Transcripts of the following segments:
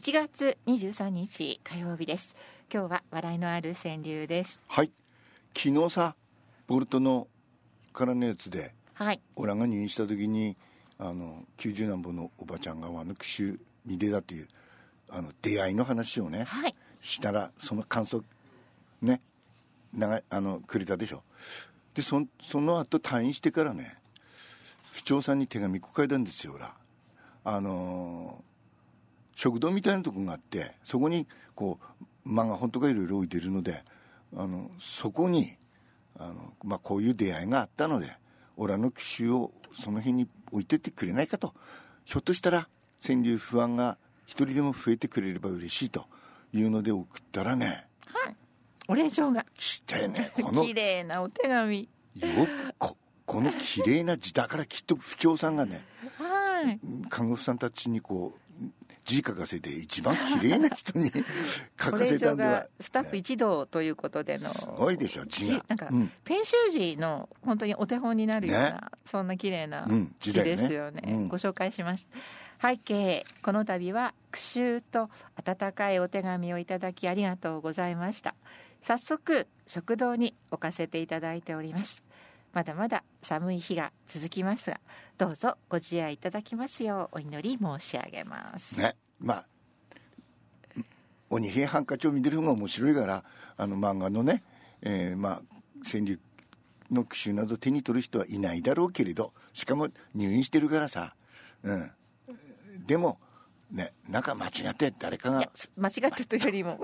7月23日火曜日です今日は笑いのある川柳ですはい昨日さボルトのからのやつではい俺が入院した時にあの90何本のおばちゃんがワヌクシュに出たっていうあの出会いの話をね、はいしたらその感想ね長いあのくれたでしょでそんその後退院してからね不調さんに手紙書いたんですよ俺はあのー食堂みたいなとこがあってそこにこう漫画本とかいろいろ置いてるのであのそこにあの、まあ、こういう出会いがあったので俺の奇襲をその辺に置いてってくれないかとひょっとしたら川柳不安が一人でも増えてくれれば嬉しいというので送ったらねはいお礼状が来て ねこの綺麗なお手紙よくここの綺麗な字だからきっと不調さんがねはい看護婦さんたちにこう字書かせて一番綺麗な人 に書おか礼せた状んではがスタッフ一同ということでのすごいでしょ字がなんか、うんペン習字の本当にお手本になるような、ねそんな綺麗なうん字字だよねですよね、うんご紹介します背景この度は句集と温かいお手紙をいただきありがとうございました早速食堂に置かせていただいておりますまだまだ寒い日が続きますがどうぞご自愛いただきますようお祈り申し上げます、ねまあ鬼平ハンカチを見てる方が面白いからあの漫画のね、えーまあ川柳の句集など手に取る人はいないだろうけれどしかも入院してるからさ、うん、でもねなんか間違って誰かいがや間違ったというよりも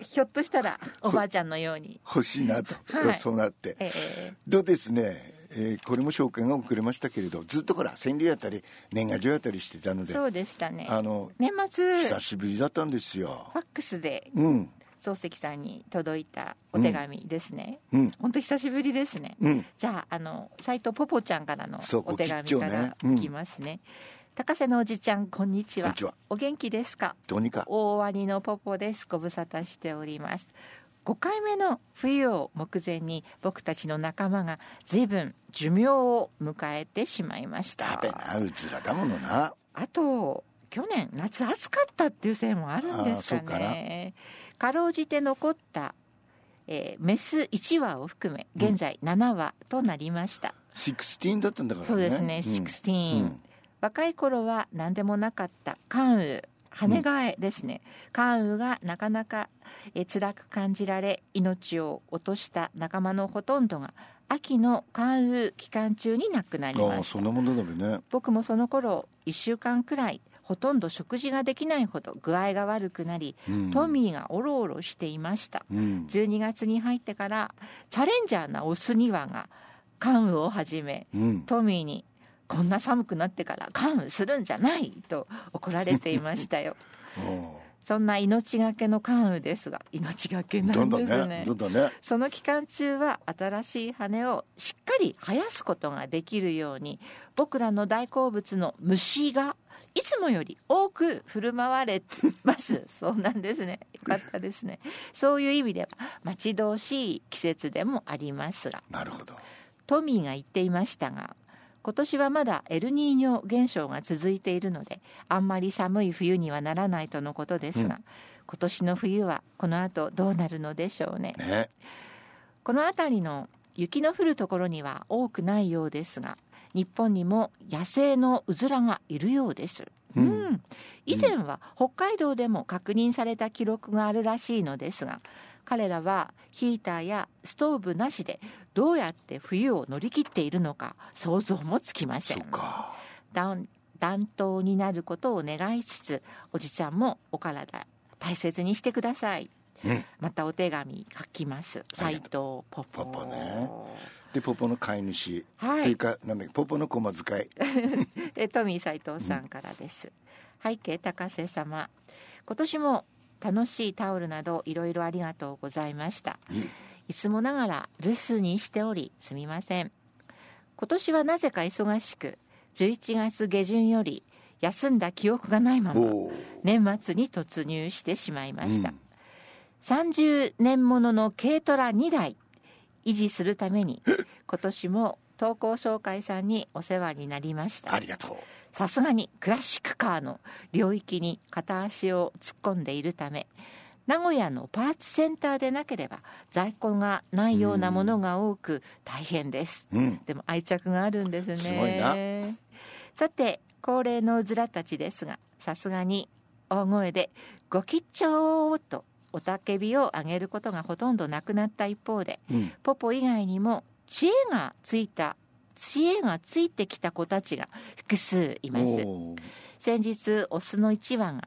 ひょっとしたらおばあちゃんのように、欲しいなと、はいそうなって。ええとですね、えーこれも紹介が遅れましたけれどずっとほら川柳やったり年賀状やったりしてたのでそうでしたねあの年末久しぶりだったんですよファックスでうん漱石さんに届いたお手紙ですね、うん本当久しぶりですね、うんじゃああの斎藤ポポちゃんからのそうお手ご紙吉兆かねらうんきますね高瀬のおじちゃんこんにちはこんにちはお元気ですかどうにか大ワニのポポですご無沙汰しております5回目の冬を目前に僕たちの仲間が随分寿命を迎えてしまいました食べなうずらだものなあと去年夏暑かったっていうせいもあるんですあーそうかかねかろうじて残った、えーメス1羽を含め現在7羽となりました、 16だったんだからねそうですね、ん16、うん若い頃は何でもなかった関羽羽がえですね、関羽がなかなかえー辛く感じられ命を落とした仲間のほとんどが秋の関羽期間中に亡くなりまあしあたそんなものだろね僕もその頃1週間くらいほとんど食事ができないほど具合が悪くなり、うんトミーがおろおろしていましたうん12月に入ってからチャレンジャーなオス2羽が関羽をはじめうんトミーに「こんな寒くなってから関羽するんじゃない!」と怒られていました よそんな命がけの関羽ですが命がけうんなどんんどでんすねねどんどんねその期間中は新しい羽をしっかり生やすことができるように僕らの大好物の虫がいつもより多く振る舞われてます。 そうなんですね。よかったですね。そういう意味では待ち遠しい季節でもありますが、なるほどトミーが言っていましたが、今年はまだエルニーニョ現象が続いているので、あんまり寒い冬にはならないとのことですが、今年の冬はこの後どうなるのでしょうね。ねこの辺りの雪の降るところには多くないようですが日本にも野生のうずらがいるようです、ううんん以前は北海道でも確認された記録があるらしいのですが彼らはヒーターやストーブなしでどうやって冬を乗り切っているのか想像もつきませそんっか暖暖冬になることを願いつつおじちゃんもお体大切にしてください、うんまたお手紙書きますあ斉り藤がポポポポねでポポの飼い主はいというかなんだっけポポの駒使いえトミー斉藤さんからです、背景高瀬様今年も楽しいタオルなどいろいろありがとうございましたいいいつもながら留守にしておりすみません今年はなぜか忙しく11月下旬より休んだ記憶がないままおお年末に突入してしまいました、うん30年ものの軽トラ2台維持するために 今年も投稿紹介さんにお世話になりましたありがとうさすがにクラシックカーの領域に片足を突っ込んでいるため名古屋のパーツセンターでなければ在庫がないようなものが多く大変です、うんでも愛着があるんですねすごいなさて恒例のうずらたちですがさすがに大声で「ご吉兆!」と雄たけびを上げることがほとんどなくなった一方でうんポポ以外にも知恵がついた知恵がついてきた子たちが複数いますおー先日オスの1羽が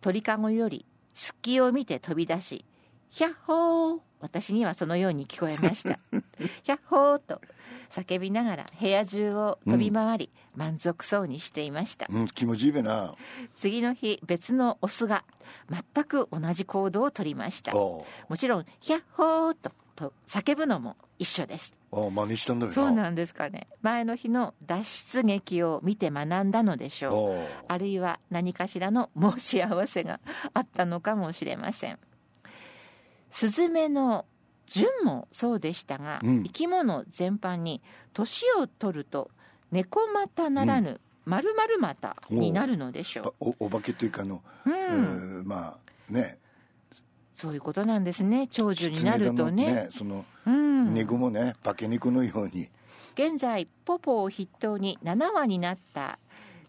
鳥かごより隙を見て飛び出し「ヒャッホー!」私にはそのように聞こえました「ヒャッホー!」と叫びながら部屋中を飛び回り、満足そうにしていましたうん気持ちいいべな次の日別のオスが全く同じ行動をとりましたおーもちろん「ヒャッホー!」とと叫ぶのも一緒ですおー真似したんだべなそうなんですかね前の日の脱出劇を見て学んだのでしょうおーあるいは何かしらの申し合わせがあったのかもしれません。スズメの順もそうでしたが、うん生き物全般に年を取ると猫股ならぬ丸々股になるのでしやっょぱおお化けというかあの、う。う、うんーまあねそういうことなんですね。長寿になると狐ね。だのそのうん、猫もね化け猫のように現在ポポを筆頭に7羽になった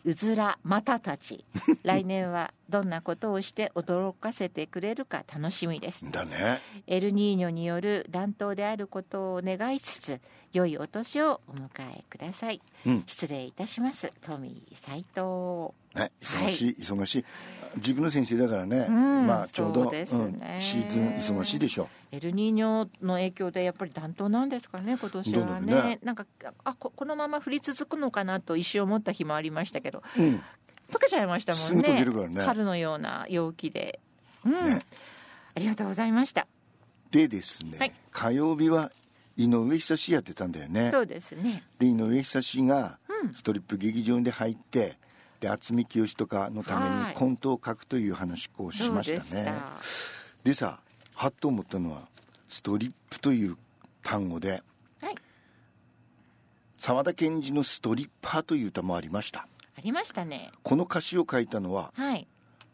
うずらまたたち来年はどんなことをして驚かせてくれるか楽しみ ですだねエルニーニョによる暖冬であることを願いつつ良いお年をお迎えください、うん失礼いたします富斉藤ね忙しい、忙しい塾の先生だからね、うんまあちょうどそうですねん、シーズン忙しいでしょエルニーニョの影響でやっぱり暖冬なんですかね今年どうなはるねねなんかあここのまま降り続くのかなと一瞬思った日もありましたけどう、うん、溶けちゃいましたすもぐん溶けねるからね春のような陽気で、うんねありがとうございましたでですね、はい火曜日は井上久志やってたんだよねそうですねで井上久志がうんストリップ劇場に入ってで渥美清とかのためはにいコントを書くという話をしましたそうねででさはっと思ったのはストリップという単語でたはい沢田研二の「ストリッパー」という歌もありましたありましたねこの歌詞を書いたのははい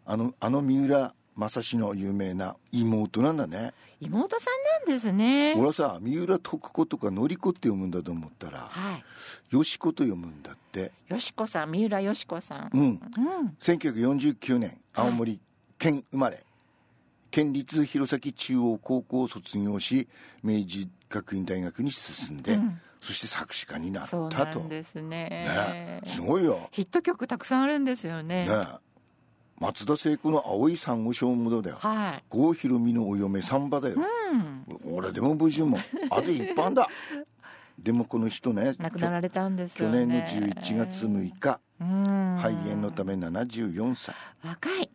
あのあの三浦正志の有名な妹なんだね妹さんなんですね俺はさ三浦徳子とかのり子って読むんだと思ったらはよしこと読むんだっていよしこさん三浦よしこさんうんうん1949年はい青森県生まれ、県立弘前中央高校を卒業し明治学院大学に進んで、うんそして作詞家になっそうたなとんですねねすごいよ、ヒット曲たくさんあるんですよねね松田聖子の「青い珊瑚礁ものだよは郷ひろみのお嫁さんばだいよ、うん俺でも無事もあれ一 般だでもこの人ね亡くなられたんです去よ年のね11月6日うん肺炎のため74歳若い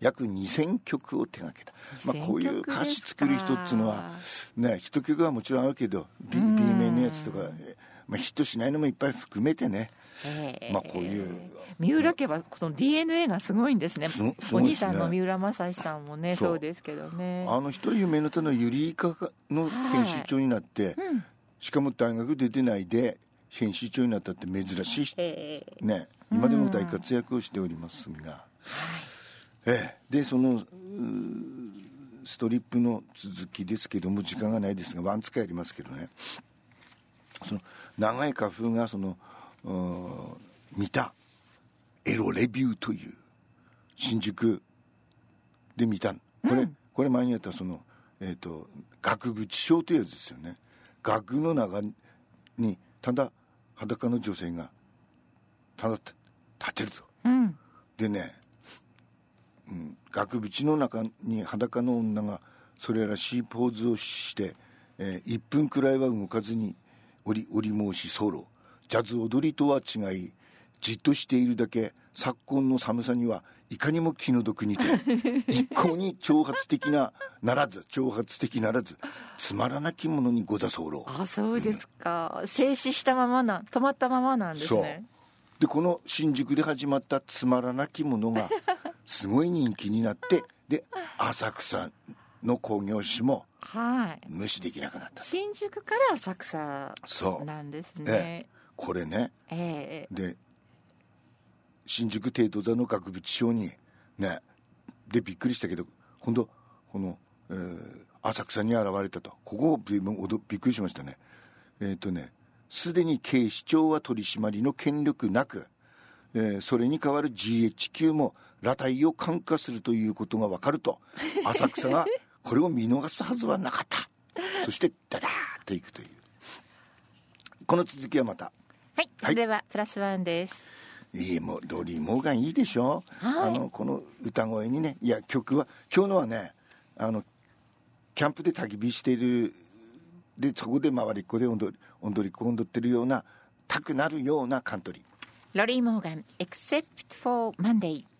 約2000曲を手掛けた、まあ、こういう選曲です歌か詞作る人っていうのはね一曲はもちろんあるけど B, B 面のやつとか、まあ、ヒットしないのもいっぱい含めてねええまあこういう三浦家はその DNA がすごいんですねすごすおごいで兄すねさんの三浦正志さんもねそうそうですけどねあの人夢の手のユリイカの編集長になって、うんしかも大学出てないで編集長になったって珍しい人ええね今でも大活躍をしておりますが、ええでそのうーストリップの続きですけども時間がないですがワンツカやりますけどねその長い花粉がそのうー見たエロレビューという新宿で見たこれ、これ前にやったそのえっ、と額縁症というやつですよね額の中にただ裸の女性がただ立てるとうんでね、うん、額縁の中に裸の女がそれらしいポーズをして、え1分くらいは動かずに織り織り申しソロジャズ踊りとは違いじっとしているだけ昨今の寒さにはいかにも気の毒 にて一向に挑発的なならず挑発的ならずつまらなきものにござ候あそうですか静止したままな止まったままなんですそうねでこの新宿で始まった つまらなきものがすごい人気になってで浅草の興行師もはい。無視できなくなった新宿から浅草そうなんですえね。これねええで新宿帝都座の額縁商にねでびっくりしたけど今度この、えー浅草に現れたとここをびおどびっくりしましたねえっ、とねすでに警視庁は取り締まりの権力なく、えーそれに代わる GHQ も裸体を感化するということが分かると浅草がこれを見逃すはずはなかったそしてダダーッといくというこの続きはまたはい。それはプラスワンです。いいもうロリー・モーガンいいでしょ、はいあのこの歌声にねいや曲は今日のはねあのキャンプで焚き火しているでそこで回りっこで踊り踊りっこ踊ってるようなたくなるようなカントリーロリー・モーガン、Except for Monday。